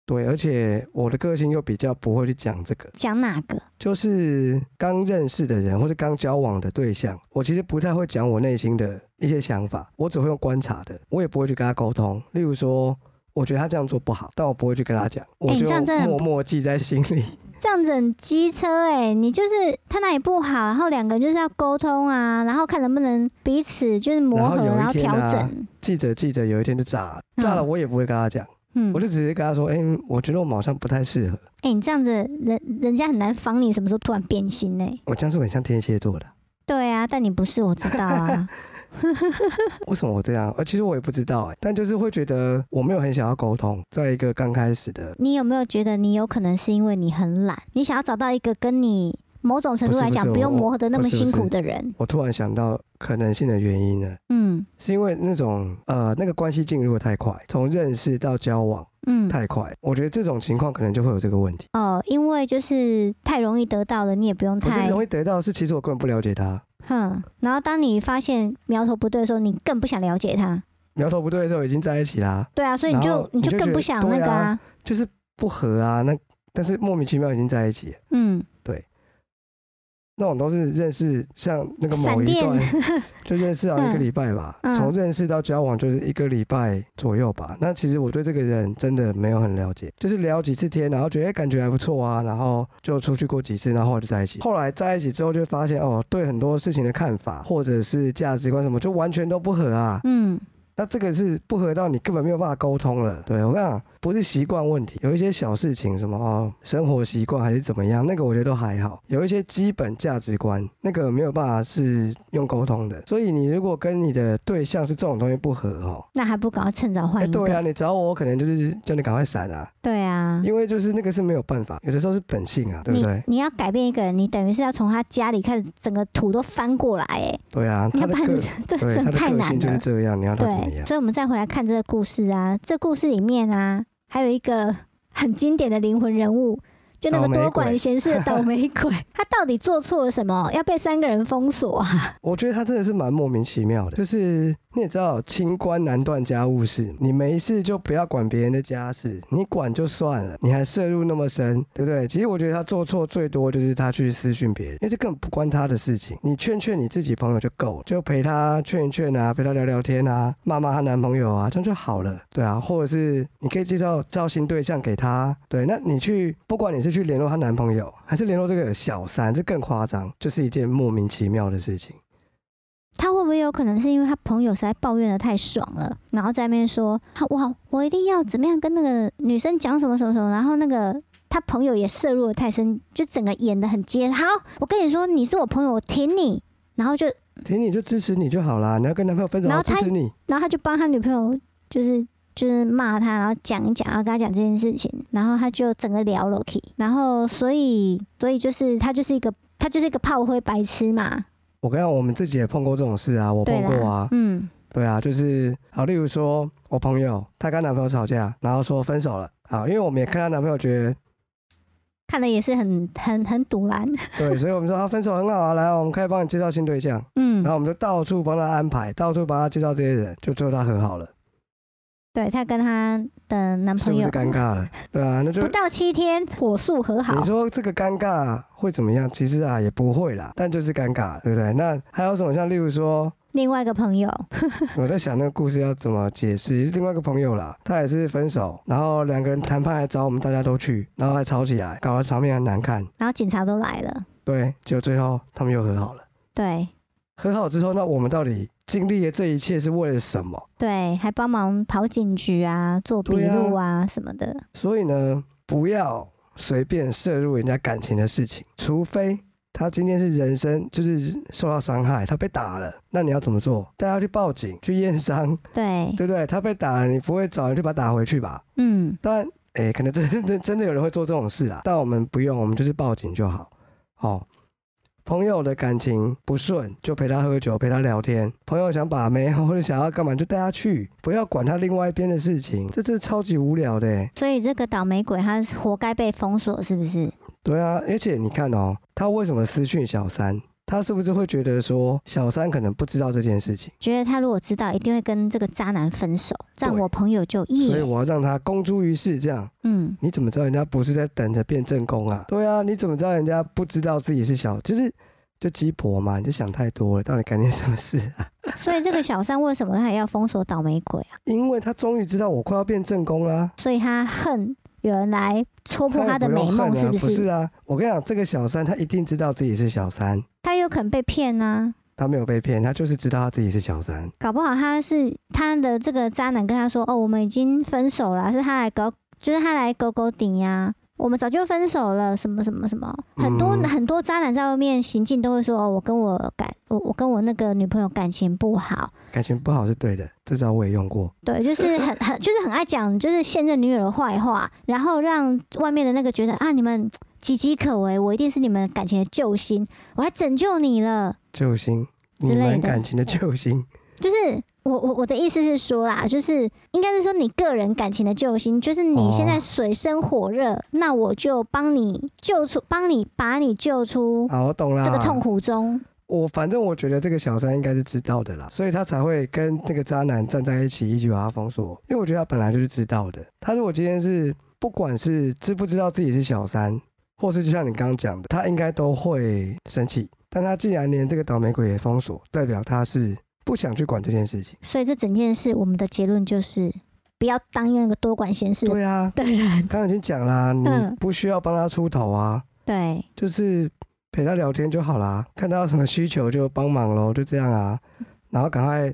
S1: 对，而且我的个性又比较不会去讲这个，
S2: 讲哪个？
S1: 就是刚认识的人或者刚交往的对象，我其实不太会讲我内心的一些想法，我只会用观察的，我也不会去跟他沟通。例如说，我觉得他这样做不好，但我不会去跟他讲，我
S2: 你
S1: 就
S2: 这样真的很
S1: 默默记在心里。
S2: 这样子很机车哎、你就是他哪里不好，然后两个人就是要沟通啊，然后看能不能彼此就是磨
S1: 然后
S2: 合，
S1: 有一
S2: 然后
S1: 天
S2: 调
S1: 啊
S2: 整。
S1: 记者记者有一天就炸了，
S2: 嗯
S1: 炸了我也不会跟他讲，
S2: 嗯
S1: 我，就只是跟他说，哎、我觉得我们好像不太适合，
S2: 哎、你这样子，人人家很难防你什么时候突然变心呢、
S1: 我这样是不是很像天蝎座的啊，
S2: 对啊，但你不是，我知道 啊。
S1: 为什么我这样？呃，其实我也不知道、哎，但就是会觉得我没有很想要沟通，在一个刚开始的，
S2: 你有没有觉得你有可能是因为你很懒，你想要找到一个跟你某种程度来讲
S1: 不是不是
S2: 不用
S1: 我
S2: 磨合的那么
S1: 不是不
S2: 辛
S1: 是
S2: 苦的人？
S1: 我突然想到可能性的原因呢，
S2: 嗯
S1: 是因为那种呃那个关系进入的太快，从认识到交往
S2: 嗯。
S1: 太快，我觉得这种情况可能就会有这个问题。
S2: 哦，因为就是太容易得到了，你也不用
S1: 不是
S2: 太
S1: 容易得到的是，其实我根本不了解他，
S2: 哼。然后当你发现苗头不对的时候，你更不想了解他。
S1: 苗头不对的时候已经在一起啦，
S2: 对啊，所以你
S1: 然
S2: 就
S1: 后
S2: 你
S1: 你
S2: 就
S1: 就
S2: 更
S1: 觉
S2: 不
S1: 得
S2: 想
S1: 对
S2: 那个
S1: 啊就是不合啊，那但是莫名其妙已经在一起了，
S2: 嗯，
S1: 那种都是认识，像那个某
S2: 闪
S1: 一
S2: 电
S1: 段就认识好一个礼拜吧，
S2: 嗯嗯
S1: 从认识到交往就是一个礼拜左右吧。那其实我对这个人真的没有很了解，就是聊几次天，然后觉得、诶感觉还不错啊，然后就出去过几次，然后后来就在一起。后来在一起之后就发现哦，对很多事情的看法或者是价值观什么，就完全都不合啊。
S2: 嗯
S1: 那这个是不合到你根本没有办法沟通了。对我跟你讲，不是习惯问题，有一些小事情，什么哦，生活习惯还是怎么样，那个我觉得都还好。有一些基本价值观，那个没有办法是用沟通的。所以你如果跟你的对象是这种东西不合哦，
S2: 那还不赶快趁早换
S1: 哎，
S2: 一个？
S1: 对啊，你找我，我可能就是叫你赶快闪啊，
S2: 对啊
S1: 因为就是那个是没有办法，有的时候是本性啊，对不
S2: 你
S1: 对？
S2: 你要改变一个人，你等于是要从他家里开始，整个土都翻过来，哎，
S1: 对啊，他
S2: 要不
S1: 的
S2: 然
S1: 个
S2: 这
S1: 对
S2: 真
S1: 他
S2: 的
S1: 的
S2: 太
S1: 个
S2: 难
S1: 性就是
S2: 了。
S1: 这样，你要他怎么
S2: 对，
S1: 样？
S2: 所以我们再回来看这个故事啊，这故事里面啊，还有一个很经典的灵魂人物，就那个
S1: 倒霉鬼
S2: 多管闲事的倒霉鬼， 他到底做错了什么，要被三个人封锁啊？
S1: 我觉得他真的是蛮莫名其妙的，就是你也知道，清官难断家务事，你没事就不要管别人的家事，你管就算了，你还涉入那么深，对不对？其实我觉得他做错最多就是他去私讯别人，因为这根本不关他的事情，你劝劝你自己朋友就够了，就陪他劝一劝啊，陪他聊聊天啊，骂骂她男朋友啊，这样就好了，对啊，或者是你可以介绍造型对象给他，对，那你去不管你是去联络她男朋友，还是联络这个小三，这更夸张，就是一件莫名其妙的事情。
S2: 他会不会有可能是因为他朋友实在抱怨的太爽了，然后在那边说啊哇，我一定要怎么样跟那个女生讲什么什么什么，然后那个他朋友也摄入的太深，就整个演的很接。好，我跟你说，你是我朋友，我挺你，然后就
S1: 挺你就支持你就好啦，你要跟男朋友分手，
S2: 然后
S1: 支
S2: 他
S1: 持你。
S2: 然后他就帮他女朋友就是就是骂他，然后讲一讲，然后跟他讲这件事情，然后他就整个聊了 k 然后所以所以就是他就是一个他就是一个炮灰白痴嘛，
S1: 我跟你讲，我们自己也碰过这种事啊，我
S2: 对
S1: 碰过
S2: 啦
S1: 啊，，
S2: 嗯
S1: 对啊，就是好，例如说我朋友她跟她男朋友吵架，然后说分手了，好，因为我们也看她男朋友觉 得
S2: 看的也是很很很堵然，
S1: 对，所以我们说啊分手很好啊，来，我们可以帮你介绍新对象，
S2: 嗯
S1: 然，后我们就到处帮她安排，到处帮她介绍这些人，就最后她和好了，
S2: 对他跟他的男
S1: 是
S2: 朋
S1: 不
S2: 友
S1: 是尴尬了？对啊，那就
S2: 不到七天火速和好
S1: 你，说这个尴尬会怎么样？其实啊也不会啦，但就是尴尬，对不对？那还有什么像例如说
S2: 另外一个朋友，
S1: 我在想那个故事要怎么解释。另外一个朋友啦，他也是分手，然后两个人谈判还找我们大家都去，然后还吵起来，搞得场面很难看。
S2: 然后警察都来了，
S1: 对，结果最后他们又和好了。
S2: 对
S1: 和好之后，那我们到底经历了这一切是为了什么？
S2: 对，还帮忙跑警局啊，做笔
S1: 对啊
S2: 录啊什么的，
S1: 所以呢，不要随便涉入人家感情的事情，除非他今天是人生就是受到伤害，他被打了，那你要怎么做？带他去报警去验伤，
S2: 对，
S1: 对不对？他被打了，你不会找人去把他打回去吧？
S2: 嗯。
S1: 但诶、可能真的真的有人会做这种事啦。但我们不用，我们就是报警就好。哦，朋友的感情不顺，就陪他喝酒，陪他聊天。朋友想把妹或者想要干嘛，就带他去，不要管他另外一边的事情。这真的超级无聊的欸、
S2: 所以这个倒霉鬼他是活该被封锁，是不是？
S1: 对啊，而且你看哦，他为什么私讯小三？他是不是会觉得说小三可能不知道这件事情，
S2: 觉得他如果知道，一定会跟这个渣男分手，这样
S1: 对
S2: 我朋友就
S1: 所以
S2: 耶。
S1: 我要让他公诸于世？这样
S2: 嗯，
S1: 你怎么知道人家不是在等着变正宫啊？对啊，你怎么知道人家不知道自己是小，就是就鸡婆嘛？你就想太多了，到底干点什么事啊？
S2: 所以这个小三为什么他也要封锁倒霉鬼啊？
S1: 因为他终于知道我快要变正宫啦、
S2: 所以他恨有人来戳破
S1: 也
S2: 他的
S1: 不
S2: 美
S1: 用恨
S2: 梦，
S1: 啊，
S2: 是
S1: 不
S2: 是？
S1: 啊，我跟你讲，这个小三他一定知道自己是小三，
S2: 他有可能被骗啊。
S1: 他没有被骗，他就是知道他自己是小三。
S2: 搞不好他是他的这个渣男跟他说：“哦，我们已经分手了，是他来搞，就是他来勾勾顶呀、我们早就分手了，什么什么什么。”很多、
S1: 嗯
S2: 很多渣男在外面行径都会说：“哦，我跟我感我我跟我那个女朋友感情不好。
S1: 感情不好是对的，这招我也用过。”
S2: 对，就是很很就是很爱讲就是现任女友的坏话，然后让外面的那个觉得啊你们岌岌可危，我一定是你们感情的救星，我来拯救你了。
S1: 救星，
S2: 之
S1: 你
S2: 类
S1: 们
S2: 的
S1: 感情的救 星，
S2: 就是我我我的意思是说啦，就是应该是说你个人感情的救星，就是你现在
S1: 哦
S2: 水深火热，那我就帮你救出，帮你把你救出
S1: 好，我懂啦。
S2: 这个痛，苦中。
S1: 我反正我觉得这个小三应该是知道的啦，所以他才会跟这个渣男站在一起，一起把他封锁。因为我觉得他本来就是知道的。他如果今天是不管是知不知道自己是小三，或是就像你刚刚讲的，他应该都会生气。但他既然连这个倒霉鬼也封锁，代表他是不想去管这件事情。
S2: 所以这整件事，我们的结论就是不要当那个多管闲事
S1: 对啊，
S2: 的人。
S1: 刚刚已经讲啦，你
S2: 嗯
S1: 不需要帮他出头啊。
S2: 对，
S1: 就是陪他聊天就好啦，看他有什么需求就帮忙咯，就这样啊。然后赶快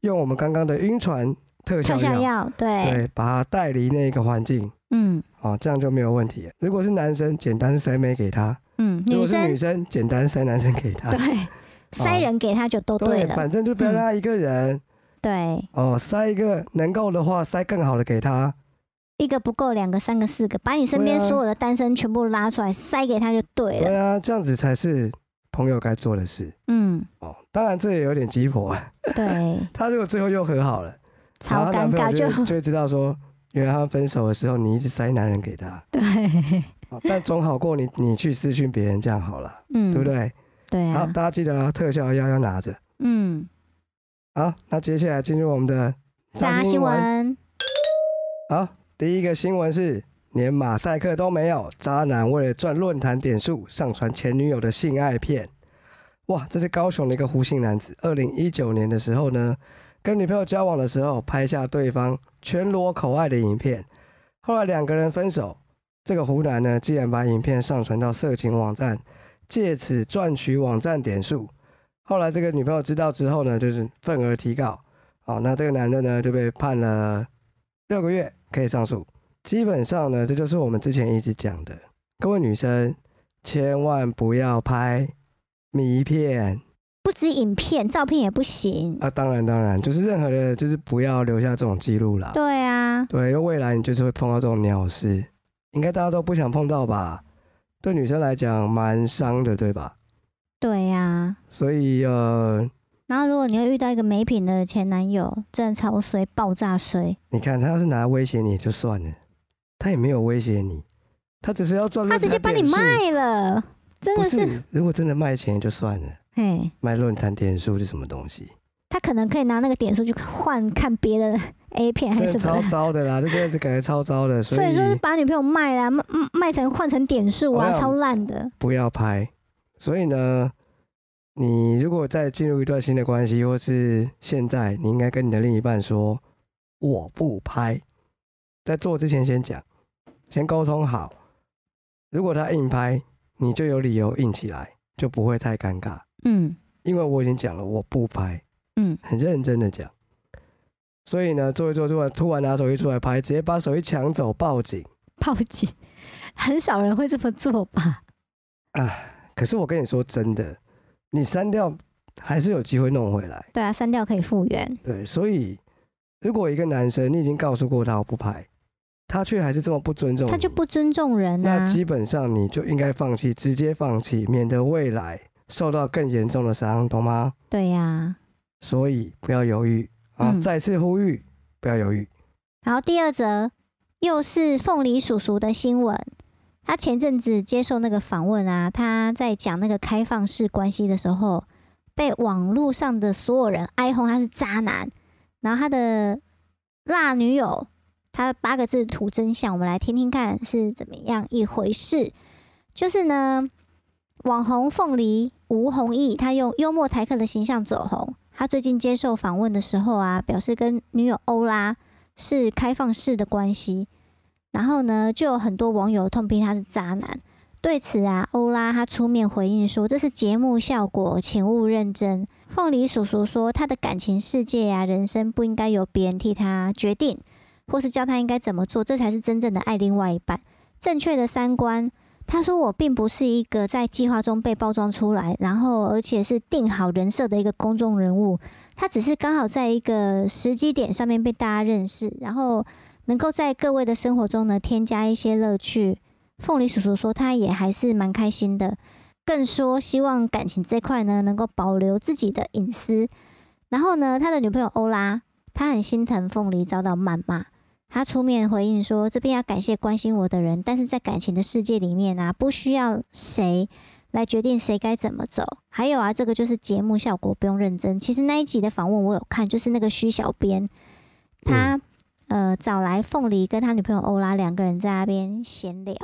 S1: 用我们刚刚的晕船特效
S2: 特效
S1: 药，
S2: 药，对，
S1: 对，把他带离那个环境
S2: 嗯
S1: 啊，这样就没有问题了。如果是男生，简单塞妹给他；
S2: 嗯，
S1: 如
S2: 女
S1: 果是女
S2: 生
S1: 生，简单塞男生哦给他。
S2: 对，塞人给他就都对
S1: 对，
S2: 了，嗯
S1: 反正就不要让他一个人、
S2: 对，
S1: 哦，塞一个能够的话，塞更好的给他。
S2: 一个不够，两个、三个、四个，把你身边
S1: 对啊
S2: 所有的单身全部拉出来塞给他就对了
S1: 对。啊，这样子才是朋友该做的事
S2: 嗯，
S1: 哦。当然，这也有点鸡婆啊。
S2: 对。
S1: 他如果最后又和好了。然
S2: 超
S1: 后她男
S2: 尴
S1: 朋
S2: 尬
S1: 友
S2: 就，
S1: 就会就会知道说，原来他们分手的时候，你一直塞男人给他，
S2: 对，
S1: 哦但总好过你 你去私讯别人这样好了，
S2: 嗯，
S1: 对不？对？
S2: 对
S1: 好，
S2: 啊，
S1: 大家记得啊，特效药要拿着。
S2: 嗯，
S1: 好，那接下来进入我们的
S2: 渣新。闻，
S1: 好，第一个新闻是。连马赛克都没有，渣男为了赚论坛点数，上传前女友的性爱片。哇，这是高雄的一个胡姓男子，二零一九年的时候呢，跟女朋友交往的时候拍下对方全裸口爱的影片，后来两个人分手，这个湖南呢，竟然把影片上传到色情网站，借此赚取网站点数。后来这个女朋友知道之后呢，就是愤而提告。哦，那这个男的呢就被判了六个月，可以上诉。基本上呢，这就是我们之前一直讲的，各位女生千万不要拍迷片
S2: 不止影片，照片也不行。
S1: 啊！当然，当然，就是任何的，就是不要留下这种记录啦。
S2: 对啊，
S1: 对，因为未来你就是会碰到这种鸟事，应该大家都不想碰到吧？对女生来讲蛮伤的，对吧？
S2: 对啊。
S1: 所以呃，
S2: 然后如果你会遇到一个没品的前男友，真的超衰，爆炸衰。
S1: 你看他要是拿来威胁你就算了，他也没有威胁你，他只是要赚
S2: 他
S1: 论
S2: 直
S1: 坛
S2: 接把你
S1: 点数。
S2: 卖了，真
S1: 不
S2: 的
S1: 是，如果真的卖钱也就算了，
S2: 哎，
S1: 卖论坛点数是什么东西？
S2: 他可能可以拿那个点数去换看别的 A 片还
S1: 真的
S2: 是哎什么
S1: 超
S2: 的。
S1: 糟的啦，这 真的是感觉超糟的，所
S2: 所以说是
S1: 以
S2: 把女朋友卖啦，卖卖卖成换成点数
S1: 我
S2: 啊，
S1: 想
S2: 超烂的。
S1: 不要拍。所以呢，你如果再进入一段新的关系，或是现在，你应该跟你的另一半说我不拍，在做之前先讲，先沟通好。如果他硬拍，你就有理由硬起来，就不会太尴尬。
S2: 嗯
S1: 因为我已经讲了我不拍，
S2: 嗯，
S1: 很认真的讲。所以呢，做一做，突然突然拿手机出来拍，直接把手机抢走，报警。
S2: 报警， 很少人会这么做吧？
S1: 可是我跟你说真的，你删掉还是有机会弄回来。
S2: 对啊，删掉可以复原。
S1: 对，所以如果一个男生你已经告诉过他我不拍，他却还是这么不尊重你，
S2: 他就不尊重人
S1: 嗯
S2: 啊
S1: 那。基本上你就应该放弃，直接放弃，免得未来受到更严重的伤，懂吗？
S2: 对呀、
S1: 所以不要犹豫啊！
S2: 嗯
S1: 再次呼吁，不要犹豫。
S2: 然后第二则又是凤梨叔叔的新闻。他前阵子接受那个访问啊，他在讲那个开放式关系的时候，被网络上的所有人哀轰他是渣男。然后他的辣女友，他八个字吐真相，我们来听听看是怎么样一回事。就是呢，网红凤梨吴弘毅，他用幽默台客的形象走红。他最近接受访问的时候啊，表示跟女友欧拉是开放式的关系，然后呢，就有很多网友痛批他是渣男。对此啊，欧拉他出面回应说：“这是节目效果，请勿认真。”凤梨叔叔说：“他的感情世界啊，人生不应该由别人替他决定，或是教他应该怎么做，这才是真正的爱另外一半，正确的三观。”他说：“我并不是一个在计划中被包装出来，然后而且是定好人设的一个公众人物，他只是刚好在一个时机点上面被大家认识，然后能够在各位的生活中呢添加一些乐趣。”凤梨叔叔说他也还是蛮开心的，更说希望感情这块呢能够保留自己的隐私。然后呢，他的女朋友欧拉，他很心疼凤梨遭到谩骂，他出面回应说：“这边要感谢关心我的人，但是在感情的世界里面啊，不需要谁来决定谁该怎么走。还有啊，这个就是节目效果，不用认真。其实那一集的访问我有看，就是那个徐小编，他、呃找来凤梨跟他女朋友欧拉两个人在那边闲聊，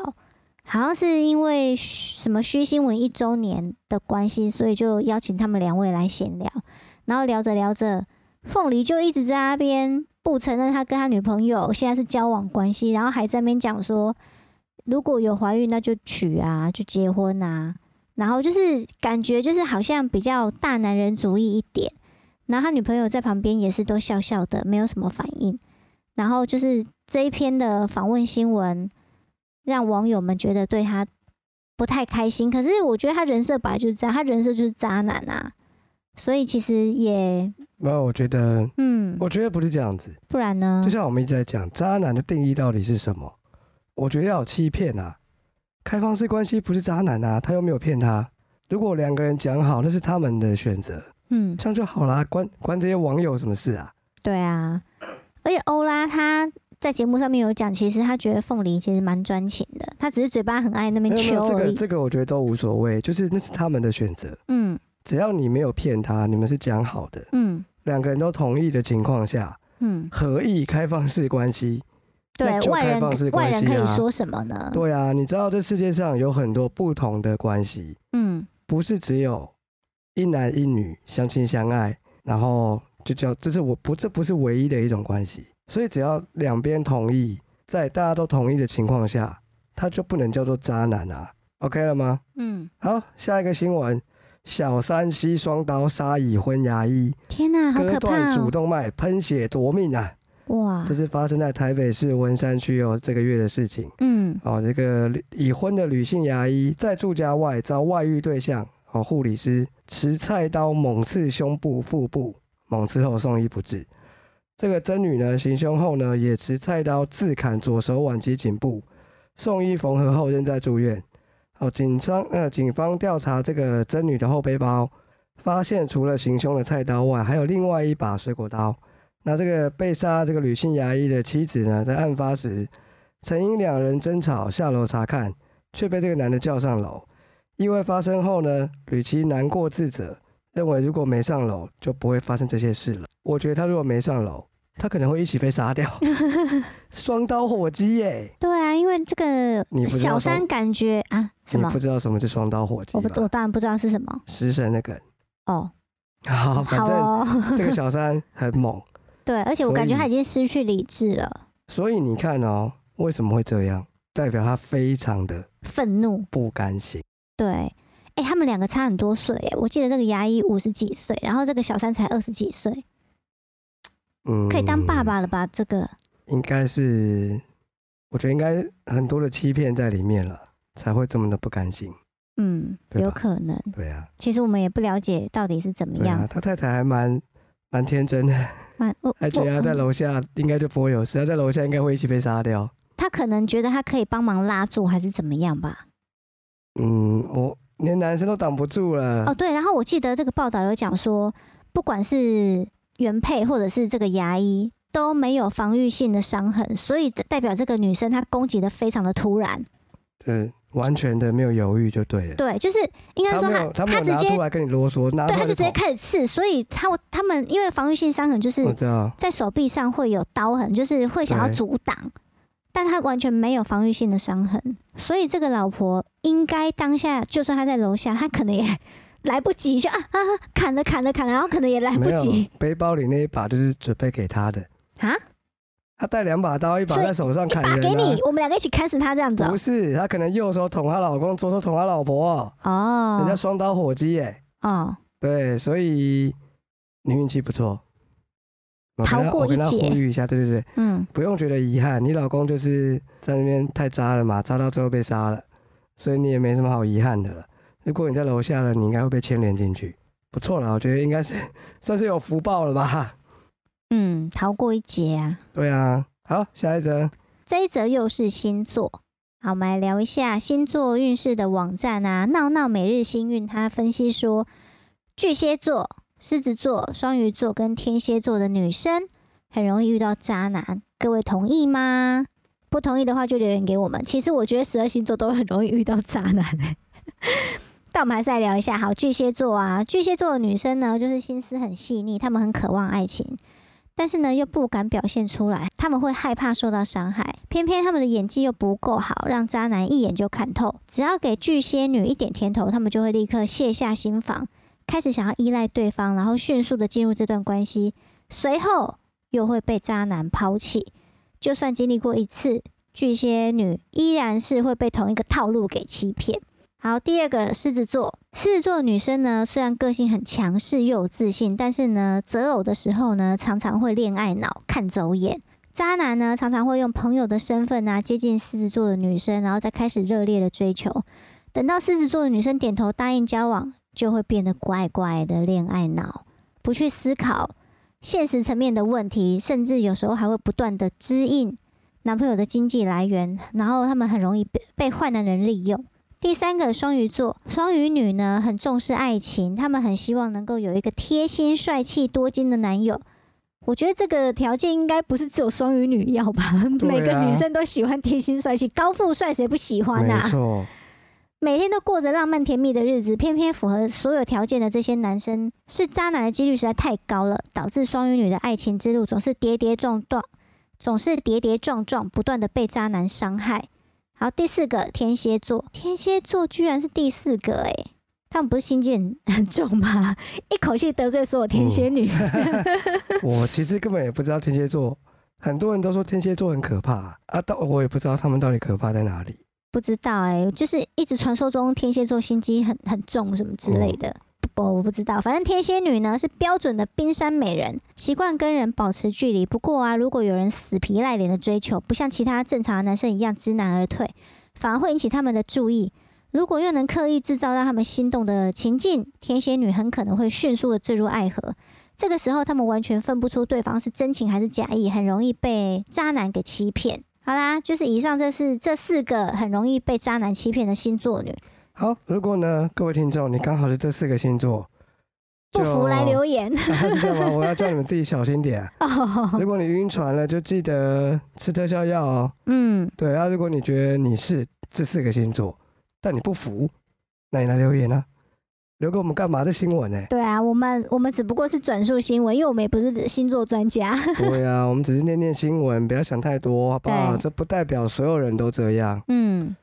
S2: 好像是因为嘘什么虚新闻一周年的关系，所以就邀请他们两位来闲聊。然后聊着聊着，凤梨就一直在那边不承认他跟他女朋友现在是交往关系，然后还在那边讲说，如果有怀孕那就娶啊，就结婚啊。然后就是感觉就是好像比较大男人主义一点。然后他女朋友在旁边也是都笑笑的，没有什么反应。然后就是这一篇的访问新闻，让网友们觉得对他不太开心。可是我觉得他人设本来就是这样，他人设就是渣男啊，所以其实也
S1: 没有，我觉得，
S2: 嗯，
S1: 我觉得不是这样子。
S2: 不然呢
S1: 就？像我们一直在讲，渣男的定义到底是什么？我觉得要有欺骗啊，开放式关系不是渣男啊，他又没有骗他。如果两个人讲好，那是他们的选择，
S2: 嗯，
S1: 这样就好啦，关关这些网友什么事啊？
S2: 对啊。而且欧拉他在节目上面有讲，其实他觉得凤梨其实蛮专情的，他只是嘴巴很爱那
S1: 没
S2: 边
S1: 有没
S2: 求
S1: 有，这
S2: 而
S1: 个
S2: 已。
S1: 这个我觉得都无所谓，就是那是他们的选择，
S2: 嗯
S1: 只要你没有骗他，你们是讲好的，
S2: 嗯
S1: 两个人都同意的情况下，
S2: 嗯，
S1: 合意开放式关系。
S2: 对
S1: 那就
S2: 外
S1: 开
S2: 人
S1: 放式
S2: 外
S1: 关
S2: 人
S1: 系
S2: 可以
S1: 啊
S2: 说什么呢？
S1: 对啊，你知道这世界上有很多不同的关系，
S2: 嗯
S1: 不是只有一男一女相亲相爱，然后就叫这是我不这不是唯一的一种关系，所以只要两边同意，在大家都同意的情况下，他就不能叫做渣男啊，OK 了吗？
S2: 嗯，
S1: 好，下一个新闻，小三吸双刀杀已婚牙医，
S2: 天哪、好
S1: 割
S2: 可
S1: 断
S2: 怕
S1: 主
S2: 哦！
S1: 动脉，喷血夺命啊！
S2: 哇
S1: 这，是发生在台北市文山区哦，这个月的事情。
S2: 嗯
S1: 哦，这个已婚的女性牙医在住家外遭外遇对象哦护理师持菜刀猛刺胸部、腹部，猛刺后送医不治。这个曾女呢行凶后呢，也持菜刀自砍左手腕及颈部，送医缝合后仍在住院。哦，警方呃警方调查这个曾女的后背包，发现除了行凶的菜刀外，还有另外一把水果刀。那这个被杀这个女性牙医的妻子呢，在案发时曾因两人争吵下楼查看，却被这个男的叫上楼。意外发生后呢，吕琦难过自责，认为如果没上楼就不会发生这些事了。我觉得他如果没上楼，他可能会一起被杀 掉，双刀火鸡耶！
S2: 对啊，因为这个
S1: 你不知道
S2: 小
S1: 说
S2: 三感觉啊，什
S1: 你
S2: 么
S1: 不？知道什么是双刀火鸡
S2: 我不，
S1: 吧？
S2: 我当然不知道是什么
S1: 食神那个，
S2: 哦。
S1: 好，
S2: 好
S1: 反正
S2: 哦，
S1: 这个小三很猛，
S2: 对，而且我
S1: 所
S2: 感觉
S1: 以
S2: 他已经失去理智了，
S1: 所以你看哦，为什么会这样？代表他非常的
S2: 愤怒。
S1: 不甘心。
S2: 对，哎、他们两个差很多岁耶，我记得这个牙医五十几岁，然后这个小三才二十几岁，
S1: 嗯，
S2: 可以当爸爸了吧？这个
S1: 应该是，我觉得应该很多的欺骗在里面了，才会这么的不甘心。
S2: 嗯，
S1: 对吧
S2: 有可能。
S1: 对啊，
S2: 其实我们也不了解到底是怎么
S1: 对
S2: 样
S1: 啊，。他太太还蛮蛮天真的，
S2: 蛮我
S1: 还觉得
S2: 我嗯
S1: 他在楼下应该就不会有事，他在楼下应该会一起被杀掉。
S2: 他可能觉得他可以帮忙拉住，还是怎么样吧？
S1: 嗯，我连男生都挡不住了。
S2: 哦，对，然后我记得这个报道有讲说，不管是原配或者是这个牙医都没有防御性的伤痕，所以代表这个女生她攻击的非常的突然。
S1: 对，完全的没有犹豫就对了。
S2: 对，就是应该
S1: 他
S2: 说
S1: 没
S2: 她
S1: 有，他没有
S2: 直
S1: 拿
S2: 接
S1: 出来跟你啰嗦，拿
S2: 对，
S1: 出
S2: 她
S1: 来
S2: 就直接
S1: 捅
S2: 开始刺，所以她他们因为防御性伤痕就是
S1: 我知道，
S2: 在手臂上会有刀痕，就是会想要
S1: 哦对
S2: 阻挡，但他完全没有防御性的伤痕，所以这个老婆应该当下，就算她在楼下，她可能也 来不及，就啊啊啊砍了砍了砍了，然后可能也来
S1: 没
S2: 不
S1: 有
S2: 及
S1: 背包里那一把就是准备给他的，
S2: 啊。
S1: 他带两把刀，一把
S2: 所以
S1: 在手上
S2: 一
S1: 砍
S2: 把
S1: 人、啊，
S2: 给你，我们两个一起砍死他这样子哦
S1: 不是，他可能右手捅他老公，左手捅他老婆、哦，
S2: 哦。
S1: 人家
S2: 哦
S1: 双刀火鸡耶、
S2: 哦，
S1: 对，所以你运气不错。我跟
S2: 逃
S1: 他
S2: 过
S1: 我跟
S2: 一
S1: 他
S2: 劫
S1: 呼吁一下，对对对，
S2: 嗯，
S1: 不用觉得遗憾，你老公就是在那边太渣了嘛，渣到最后被杀了，所以你也没什么好遗憾的了。如果你在楼下了，你应该会被牵连进去。不错了，我觉得应该是 算是有福报了吧。
S2: 嗯，逃过一劫啊。
S1: 对啊，好，下一则，
S2: 这一则又是星座。好，我们来聊一下星座运势的网站啊，闹闹每日星运，它分析说，巨蟹座、狮子座、双鱼座跟天蝎座的女生很容易遇到渣男，各位同意吗？不同意的话就留言给我们。其实我觉得十二星座都很容易遇到渣男、欸， 但我们还是来聊一下。好，巨蟹座啊，巨蟹座的女生呢，就是心思很细腻，她们很渴望爱情，但是呢又不敢表现出来，他们会害怕受到伤害。偏偏他们的演技又不够好，让渣男一眼就看透。只要给巨蟹女一点甜头，他们就会立刻卸下心防，开始想要依赖对方，然后迅速的进入这段关系。随后又会被渣男抛弃。就算经历过一次，巨蟹女依然是会被同一个套路给欺骗。好，第二个狮子座，狮子座的女生呢，虽然个性很强势又有自信，但是呢，择偶的时候呢，常常会恋爱脑，看走眼。渣男呢，常常会用朋友的身份啊，接近狮子座的女生，然后再开始热烈的追求。等到狮子座的女生点头答应交往，就会变得怪怪的恋爱脑，不去思考现实层面的问题，甚至有时候还会不断的支应男朋友的经济来源，然后他们很容易被被坏男人利用。第三个双鱼座，双鱼女呢很重视爱情，她们很希望能够有一个贴心、帅气、多金的男友。我觉得这个条件应该不是只有双鱼女要吧，
S1: 对啊
S2: 每个女生都喜欢贴心帅气，高富帅谁不喜欢
S1: 没
S2: 啊？
S1: 错，
S2: 每天都过着浪漫甜蜜的日子，偏偏符合所有条件的这些男生是渣男的几率实在太高了，导致双鱼女的爱情之路总是跌跌撞撞，总是跌跌撞撞，不断的被渣男伤害。好，第四个天蝎座，天蝎座居然是第四个诶、他们不是心机很很重吗？ 一口气得罪所有天蝎女，
S1: 我其实根本也不知道天蝎座，很多人都说天蝎座很可怕啊，但我也不知道他们到底可怕在哪里。
S2: 不知道诶、就是一直传说中天蝎座心机很很重什么之类的。不，我不知道，反正天蝎女呢是标准的冰山美人，习惯跟人保持距离。不过啊，如果有人死皮赖脸的追求，不像其他正常的男生一样知难而退，反而会引起他们的注意。如果又能刻意制造让他们心动的情境，天蝎女很可能会迅速的坠入爱河。这个时候，他们完全分不出对方是真情还是假意，很容易被渣男给欺骗。好啦，就是以上这是这四个很容易被渣男欺骗的星座女，
S1: 好，如果呢，各位听众，你刚好是这四个星座，
S2: 不
S1: 就
S2: 服来留 言。哦
S1: 啊是这 样吗？我要叫你们自己小心点。啊如果你晕船了，就记得吃特效药哦。
S2: 嗯，
S1: 对啊，如果你觉得你是这四个星座，但你不服，那你来留言啊，留给我们干嘛的新闻 呢、
S2: 对啊，我们我们只不过是转述新闻，因为我们也不是星座专家。
S1: 对啊，我们只是念念新闻，不要想太多，好不好？
S2: 对
S1: 这不代表所有人都这样，
S2: 嗯，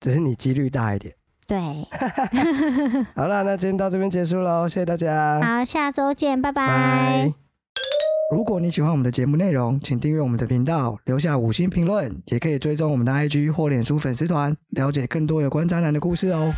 S1: 只是你几率大 一点。
S2: 对。
S1: 好啦，那今天到这边结束喽，谢谢大家。
S2: 好，下周见，拜拜
S1: 拜。如果你喜欢我们的节目内容，请订阅我们的频道，留下五星评论，也可以追踪我们的 IG 或脸书粉丝团，了解更多有关渣男的故事哦。